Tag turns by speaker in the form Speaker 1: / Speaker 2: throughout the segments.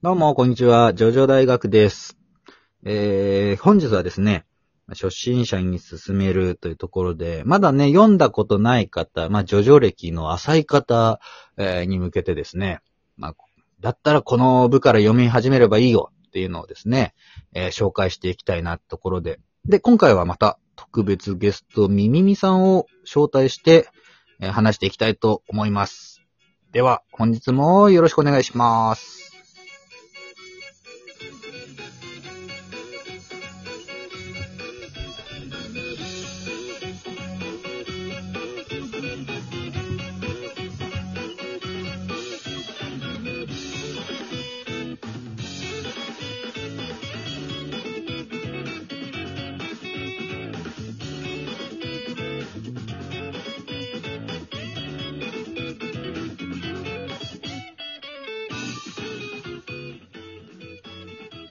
Speaker 1: どうも、こんにちは。ジョジョ大学です。えー、本日はですね、初心者に勧めるというところで、まだね、読んだことない方、まあ、ジョジョ歴の浅い方、えーに向けてですね、まあ、だったらこの部から読み始めればいいよっていうのをですね、えー紹介していきたいなってところで。で、今回はまた特別ゲスト、みみみさんを招待して、えー話していきたいと思います。では、本日もよろしくお願いします。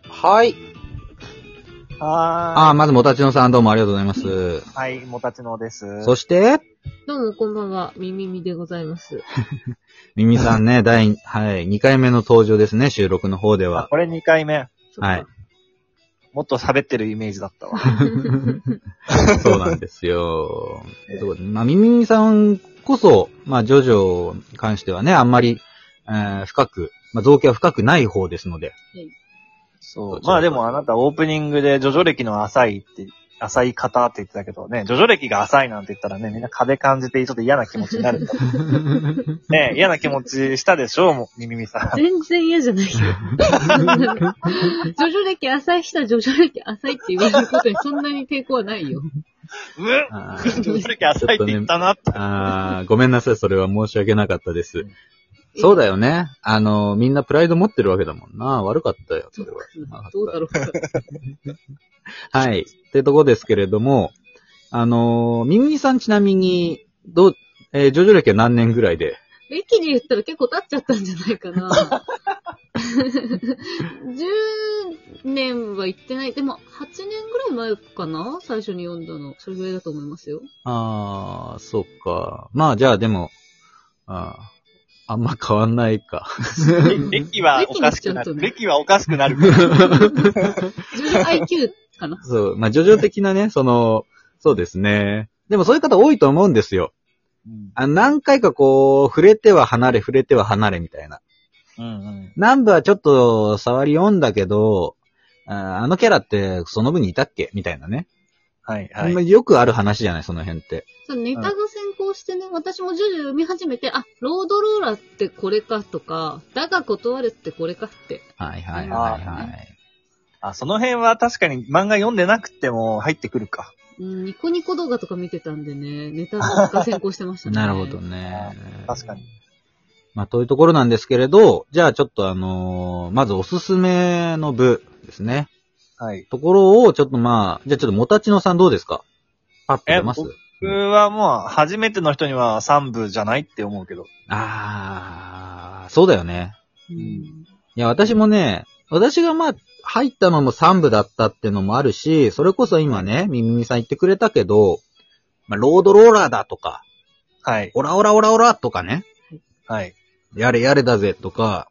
Speaker 1: はい。あ
Speaker 2: は
Speaker 1: あ、まず、もたちのさん、どうもありがとうございます。
Speaker 2: ーい。はい、もたちのです。
Speaker 1: そして、
Speaker 3: どうもこんばんは、みみみでございます。
Speaker 1: みみさんね、 第、はい、2回目の登場ですね、収録の方で
Speaker 2: あ
Speaker 1: は。
Speaker 2: これ2回目。
Speaker 3: そっか
Speaker 1: はい。。
Speaker 2: もっと喋ってるイメージだ ったわ。
Speaker 1: そうなんですよ
Speaker 2: ええ。
Speaker 1: そうですねまあ、みみみさんこそ、まあ、ジョジョに関してはね、あんまり、えー深く、まあ、造形は深くない方です ので。
Speaker 2: そう。まあでもあなたオープニングでジョジョ歴の浅いって、浅い方って言ってたけどね、ジョジョ歴が浅いなんて言ったらね、みんな壁感じてちょっと嫌な気持ちになるんだ。 ね嫌な気持ちしたでしょもう、みみみさん。
Speaker 3: 全然嫌じゃな いよ。ジョジョ歴浅い人はジョジョ歴浅いって言われることにそんなに抵抗はないよ。
Speaker 2: うん
Speaker 1: あ
Speaker 2: ジ
Speaker 1: ー
Speaker 2: ョジョ歴浅いって言ったなって。
Speaker 1: あーごめんなさい、それは申し訳なかったです
Speaker 2: ん。
Speaker 1: そうだよね。あの、みんなプライド持ってるわけだもんな。悪かったよ、それは。
Speaker 3: どうだろうか。
Speaker 1: はい。ってとこですけれども、あのー、ミミさんちなみに、どう、えージョジョ歴は何年ぐらいで
Speaker 3: 駅で言ったら結構経っちゃったんじゃないかな。10年は行ってない。でも、8年ぐらい前かな最初に読んだの。それぐらいだと思いますよ。
Speaker 1: あー、そっか。まあ、じゃあでも、あーあんま変わんないか。
Speaker 2: 歴はおかしくなる。歴はおかしくなる。
Speaker 3: ジョジョ IQ かな
Speaker 1: そう、まあ、ジョジョ的な ね、その、そうですね。でもそういう方多いと思うんですよ。
Speaker 2: うん
Speaker 1: あ何回かこう、触れては離れ、触れては離れみたいな。
Speaker 2: うん
Speaker 1: 南部はちょっと触り読んだけど、あーあのキャラってその分にいたっけみたいなね。
Speaker 2: はいはい。
Speaker 1: まあよくある話じゃない、その辺って。
Speaker 3: そのネタが先行してね、私も徐々に読み始めて、あ、ロードローラーってこれかとか、だが断るってこれかって。
Speaker 1: はいはい
Speaker 2: は
Speaker 1: はいい
Speaker 2: は
Speaker 1: はい。
Speaker 2: あ、その辺は確かに漫画読んでなくても入ってくるか。
Speaker 3: うん、ニコニコ動画とか見てたんでね、ネタが先行してました ね。
Speaker 1: なるほど。ね。
Speaker 2: 確かに。
Speaker 1: まあ、というところなんですけれど、じゃあちょっとあのーまずおすすめの部ですね。
Speaker 2: はい。
Speaker 1: ところを、ちょっとまあ、じゃあちょっともたちのさんどうですかパッと出ます
Speaker 2: え僕はもう、初めての人には3部じゃないって思うけど。
Speaker 1: あー、そうだよね。
Speaker 3: うん。
Speaker 1: いや、私もね、私がまあ、入ったのも3部だったってのもあるし、それこそ今ね、みみみさん言ってくれたけど、まあ、ロードローラーだとか、
Speaker 2: はい。
Speaker 1: オラオラオラオラとかね、
Speaker 2: はい。
Speaker 1: やれやれだぜとか、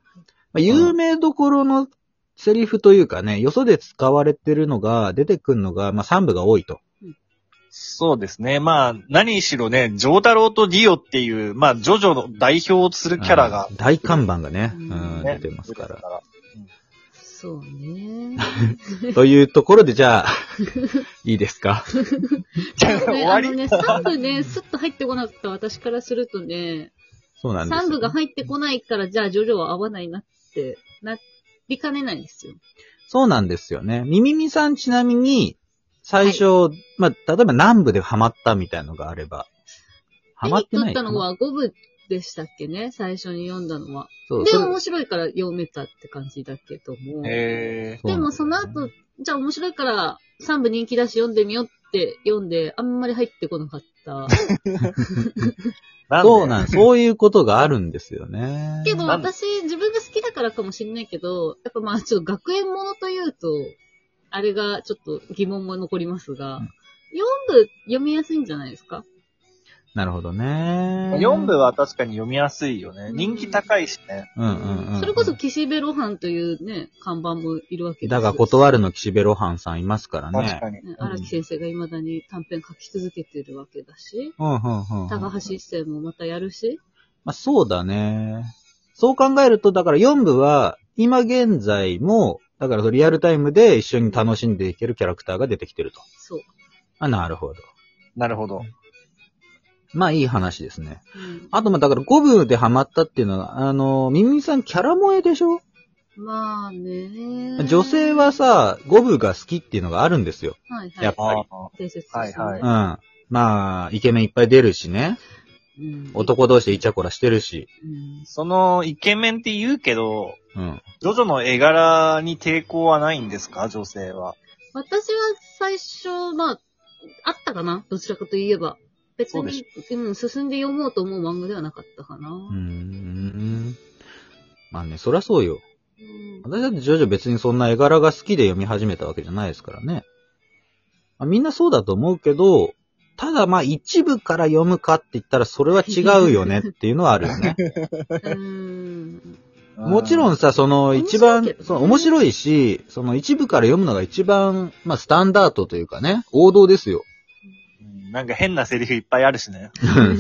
Speaker 1: まあ、有名どころのセリフというかね、よそで使われてるのが、出てくるのが、まあ、3部が多いと。
Speaker 2: そうですね。まあ、何しろね、ジョータロウとディオっていう、まあ、ジョジョの代表をするキャラが
Speaker 1: うん、大看板がね、う
Speaker 3: うん
Speaker 1: ん、
Speaker 2: ね
Speaker 1: 出てますから。
Speaker 3: そうね。
Speaker 1: というところで、じゃあ、 いいですか。
Speaker 2: じゃあ終
Speaker 3: ね
Speaker 2: わ
Speaker 3: あの
Speaker 2: り
Speaker 3: ね、3部ね、スッと入ってこなかった私からするとね、
Speaker 1: そうなんです。
Speaker 3: 3部が入ってこないから、じゃあジョジョは合わないなって、なりかねないんですよ。
Speaker 1: そうなんですよね。みみみさんちなみに、最初、まあ、例えば南部でハマったみたいのがあれば、ハマって
Speaker 3: 手
Speaker 1: な
Speaker 3: に取っ
Speaker 1: い
Speaker 3: たのは5部でしたっけね、最初に読んだのは。
Speaker 1: そう
Speaker 3: で、
Speaker 1: それ
Speaker 3: 面白いから読めたって感じだけども。
Speaker 2: え
Speaker 1: う
Speaker 3: で
Speaker 1: なん
Speaker 3: も
Speaker 1: です
Speaker 3: そ
Speaker 1: よね
Speaker 3: の後、じゃあ面白いから3部人気だし読んでみようって読んで、あんまり入ってこな かった。
Speaker 2: ー、なんで
Speaker 1: そうなん、そういうことがあるんですよね。
Speaker 3: けど
Speaker 2: なんで
Speaker 3: 私、自分が好きだからかもしれないけど、やっぱまあちょっと学園ものというと、あれがちょっと疑問も残りますが、
Speaker 1: うん
Speaker 3: 4部読みやすいんじゃないですか
Speaker 1: なるほどね。
Speaker 2: 4部は確かに読みやすいよね。人気高いしね。
Speaker 1: うんうんうんうん。
Speaker 3: それこそ、岸辺露伴というね、看板もいるわけです
Speaker 1: だが断るの岸辺露伴さんいますから
Speaker 2: 確
Speaker 1: ね。
Speaker 2: かに。
Speaker 3: ね荒木先生が未だに短編書き続けてるわけだし、
Speaker 1: うんうんうんうん。
Speaker 3: 高橋一生もまたやるし、
Speaker 1: まあ、そうだね。そう考えると、だから4部は、今現在も、だからリアルタイムで一緒に楽しんでいけるキャラクターが出てきてると。
Speaker 3: そう。
Speaker 1: あ、なるほど。
Speaker 2: なるほど。
Speaker 1: まあいい話ですね。
Speaker 3: うん
Speaker 1: あとまあだから5部でハマったっていうのは、あの、ミミさんキャラ萌えでしょ
Speaker 3: まあね。
Speaker 1: 女性は、さ、5部が好きっていうのがあるんですよ。
Speaker 3: はい
Speaker 1: や
Speaker 3: は
Speaker 1: っ
Speaker 3: い
Speaker 1: ぱ。はい
Speaker 2: あ
Speaker 3: 伝説
Speaker 2: はいは
Speaker 1: う
Speaker 2: い
Speaker 1: ん。まあ、イケメンいっぱい出るしね。
Speaker 3: うん、
Speaker 1: 男同士でイチャコラしてるし。
Speaker 3: うん
Speaker 2: ーその、イケメンって言うけど、
Speaker 1: うん。
Speaker 2: ジョジョの絵柄に抵抗はないんですか女性は。
Speaker 3: 私は最初、まあ、あったかなどちらかといえば。別
Speaker 2: そうで
Speaker 3: に、うん、進んで読もうと思う漫画ではなかったかな。
Speaker 1: うーん。まあね、そりゃそうよ。
Speaker 3: うん
Speaker 1: 私だってジョジョ別にそんな絵柄が好きで読み始めたわけじゃないですからね。まあ、みんなそうだと思うけど、ただまあ一部から読むかって言ったらそれは違うよねっていうのはあるよね。
Speaker 3: うん。
Speaker 1: もちろ
Speaker 2: ん。
Speaker 1: んさ、その一
Speaker 3: 面白い
Speaker 1: 番
Speaker 3: けど、ね
Speaker 1: その面白いし、その一部から読むのが一番、まあスタンダードというかね、王道です よ。
Speaker 2: なんか変なセリフいっぱいあるしね。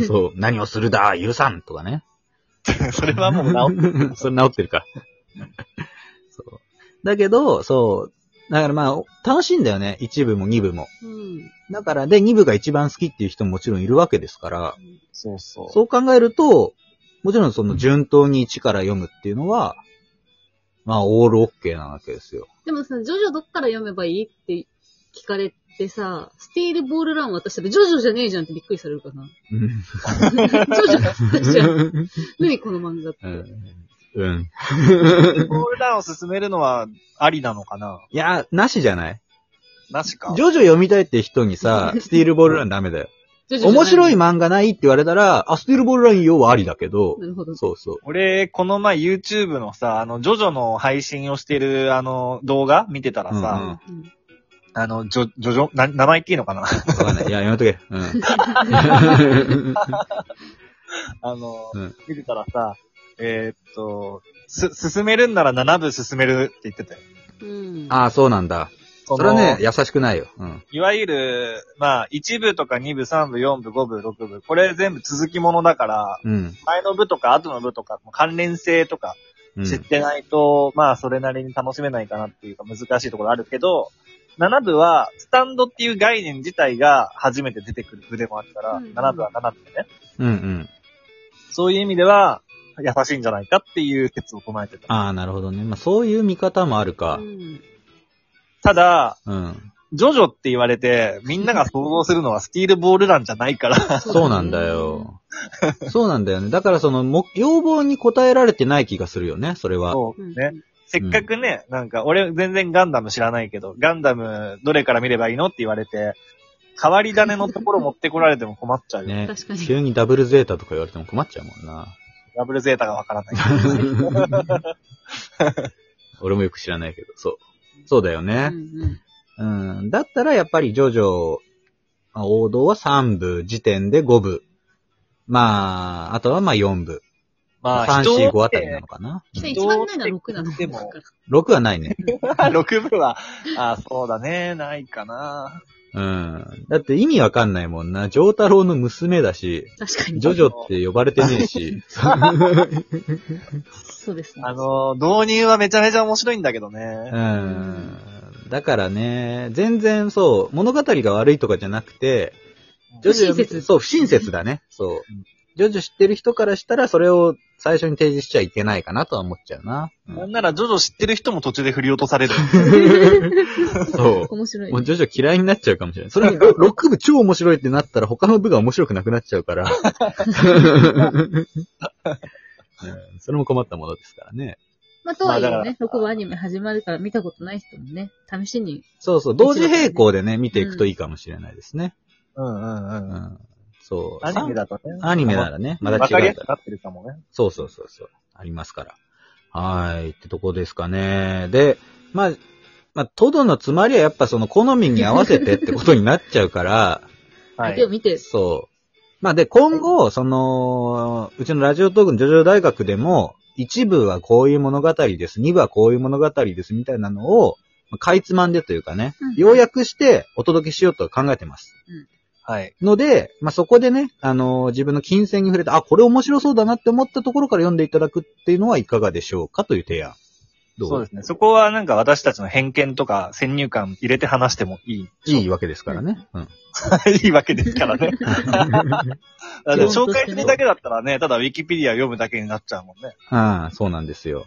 Speaker 1: そう、何をするだ、許さんとかね。
Speaker 2: それはもう直っ
Speaker 1: それ治ってるから。 そう。だけど、そう、だからまあ、楽しいんだよね。一部も二部も。
Speaker 3: うん。
Speaker 1: だから、で、2部が一番好きっていう人ももちろんいるわけですから、
Speaker 2: そうそ う。
Speaker 1: そう考えると、もちろんその順当に1から読むっていうのは、まあ、オールオッケーなわけですよ。
Speaker 3: でもさ、ジョジョどっから読めばいいって聞かれてさ、スティールボールラン渡したら、ジョジョじゃねえじゃんってびっくりされる かな。ジョジョだったじゃん。何この漫画って。
Speaker 1: うん。うん。
Speaker 2: ボールダウンを進めるのはありなのかない
Speaker 1: や、なしじゃない
Speaker 2: なしか。
Speaker 1: ジョジョ読みたいって人にさ、スティールボールランダメだよ。
Speaker 3: ジョジョじゃな
Speaker 1: 面白い
Speaker 3: な
Speaker 1: 漫画ないって言われたら、あ、スティールボールラン要はありだけど、
Speaker 3: るほど。
Speaker 1: そうそう。
Speaker 2: 俺、この前 YouTube のさ、あの、ジョジョの配信をしてる、あの、動画見てたら
Speaker 1: うん
Speaker 2: さ、
Speaker 3: うん
Speaker 2: あの、ジョ、ジョジョ、な、名前言っていいのかな
Speaker 1: わかんない。いや、やめとけ。 うん。
Speaker 2: あの、
Speaker 1: うん
Speaker 2: 見てたらさ、えーっと、す、進めるんなら7部進めるって言ってたよ。
Speaker 3: うん。
Speaker 1: ああ、そうなんだ。
Speaker 2: そ
Speaker 1: そ
Speaker 2: の
Speaker 1: れはね、、優しくないよ。うん。
Speaker 2: いわゆる、まあ、1部とか2部、3部、4部、5部、6部、これ全部続きものだから、
Speaker 1: うん。
Speaker 2: 前の部とか後の部とか、関連性とか
Speaker 1: うん
Speaker 2: 知ってないと、まあ、それなりに楽しめないかなっていうか難しいところあるけど、7部は、スタンドっていう概念自体が初めて出てくる部でもあるから、
Speaker 3: うんうん
Speaker 2: 7部は7部でね。
Speaker 1: うんうん。
Speaker 2: そういう意味では、優しいんじゃないかっていう説を唱えてた。
Speaker 1: ああ、なるほどね。まあ、そういう見方もあるか
Speaker 3: う。ん
Speaker 2: ただ、
Speaker 1: うん。
Speaker 2: ジョジョって言われて、みんなが想像するのはスティールボールなんじゃないから、
Speaker 1: そうなんだ。よ。そうなんだよね。だからその、も、要望に応えられてない気がするよね、それは。
Speaker 2: そう
Speaker 3: う
Speaker 2: ね
Speaker 3: ん。
Speaker 2: せっかくね、なんか、俺全然ガンダム知らないけど、ガンダムどれから見ればいいのって言われて、変わり種のところ持ってこられても困っちゃうよ。
Speaker 1: ね。
Speaker 3: 確かに
Speaker 1: 急にダブルゼータとか言われても困っちゃうもん な。
Speaker 2: ダブルゼータがわからない。
Speaker 1: 俺もよく知らないけど、そう。そうだよ
Speaker 3: うん
Speaker 1: ね。
Speaker 3: うん
Speaker 1: うん。だったらやっぱりジョジョ、まあ王道は3部、時点で5部。まあ、あとはまあ4部。
Speaker 2: まあ、
Speaker 1: 3、
Speaker 2: 人
Speaker 1: 4、
Speaker 2: を
Speaker 1: 5あたりなのかな。
Speaker 3: それ一番ないのは6なの。
Speaker 2: でも
Speaker 1: 6はないね。
Speaker 2: 6部は、あそうだね、ないかな。
Speaker 1: うん。だって意味わかんないもんな。ジョータロウの娘だし、
Speaker 3: 確かに。
Speaker 1: ジョジョって呼ばれてねえ し。
Speaker 3: そうですね。
Speaker 2: あの、導入はめちゃめちゃ面白いんだけどね
Speaker 1: う。ん。だからね、全然そう、物語が悪いとかじゃなくて、ジョジョ
Speaker 3: 不親切
Speaker 1: そう、不親切だね。そう。ジョジョ知ってる人からしたら、それを最初に提示しちゃいけないかなとは思っちゃうな。う
Speaker 2: なん
Speaker 1: ん
Speaker 2: なら、ジョジョ知ってる人も途中で振り落 とされる。
Speaker 1: そ
Speaker 3: 面白
Speaker 1: う。
Speaker 3: い
Speaker 1: もう
Speaker 3: ね。
Speaker 1: ジョジョ嫌いになっちゃうかもしれない。それに6部超面白いってなったら他の部が面白くなくなっちゃうから。 うんそれも困ったものですからね。
Speaker 3: まあ、とはいえ
Speaker 2: まあだ
Speaker 3: ね、6部アニメ始まるから見たことない人もね、試しに。
Speaker 1: そうそう、同時並行でね、見ていくといいかもしれないですね。
Speaker 2: うんうん
Speaker 1: う
Speaker 2: うん。
Speaker 1: ん。そう。
Speaker 2: アニメだとね。
Speaker 1: アニメならね、まだ
Speaker 2: わかり
Speaker 1: 違う
Speaker 2: やす
Speaker 1: か
Speaker 2: く
Speaker 1: ら。
Speaker 2: なってるかもね。
Speaker 1: そうそうそうそう。ありますから。はーい。ってとこですかね。で、まあ、まあ、トドのつまりは やっぱその好みに合わせてってことになっちゃうから、
Speaker 2: は
Speaker 3: 相手を
Speaker 2: い。
Speaker 3: 見て、
Speaker 1: そまあで、今後、その、うちのラジオトークのジョジョ大学でも、一部はこういう物語です、二部はこういう物語です、みたいなのを、まあかいつまんでというかね、
Speaker 3: うん
Speaker 1: 要約してお届けしようと考えてます。
Speaker 2: はい。
Speaker 1: ので、まあ、そこでね、あのー自分の金銭に触れて、あ、これ面白そうだなって思ったところから読んでいただくっていうのはいかがでしょうかという提案。どう
Speaker 2: そうですね。そこはなんか私たちの偏見とか先入観入れて話してもいい。
Speaker 1: いいわけですからね。うん。
Speaker 2: いいわけですからね。だって紹介するだけだったらね、ただウィキペディア読むだけになっちゃうもんね。
Speaker 1: ああ、そうなんですよ。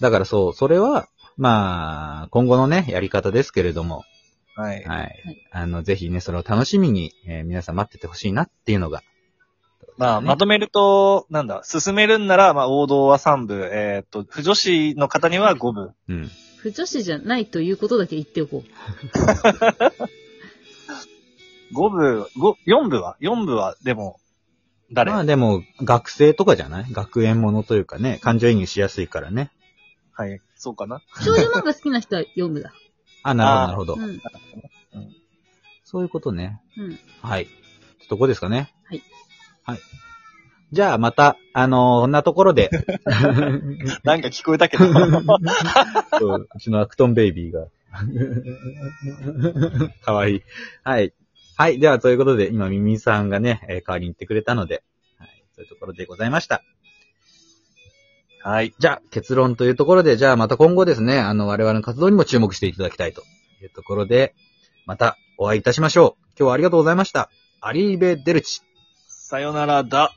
Speaker 1: だからそう、それは、まあ、今後のね、やり方ですけれども、
Speaker 2: はい。
Speaker 1: はい。あの、ぜひね、それを楽しみに、えー皆さん待っててほしいなっていうのが。
Speaker 2: まあ、まとめると、なんだ、進めるんなら、まあ、王道は3部、えーっと、不女子の方には5部。
Speaker 1: うん。
Speaker 3: 不女子じゃないということだけ言っておこう。
Speaker 2: 5部、5、4部は ?4 部は、でも、誰、
Speaker 1: まあでも、学生とかじゃない学園ものというかね、感情移入しやすいからね。
Speaker 2: はい。そうかな
Speaker 3: 少女漫画好きな人は読むだ。
Speaker 1: あ、なるほど、
Speaker 3: う
Speaker 1: なるほど。
Speaker 3: ん。
Speaker 1: そういうことね。
Speaker 3: うん。
Speaker 1: はい。とこですかね。
Speaker 3: はい。
Speaker 1: はい。じゃあまた、あのーこんなところ で。
Speaker 2: なんか聞こえたけど。
Speaker 1: そううちのアクトンベイビーが。 かわいい。はい。はい。では、ということで、今、ミミさんがね、えー代わりに行ってくれたので、はい。そういうところでございました。
Speaker 2: はい。
Speaker 1: じゃあ、結論というところで、じゃあまた今後ですね、あの、我々の活動にも注目していただきたいというところで、またお会いいたしましょう。今日はありがとうございました。アリーベ・デルチ。
Speaker 2: さよならだ。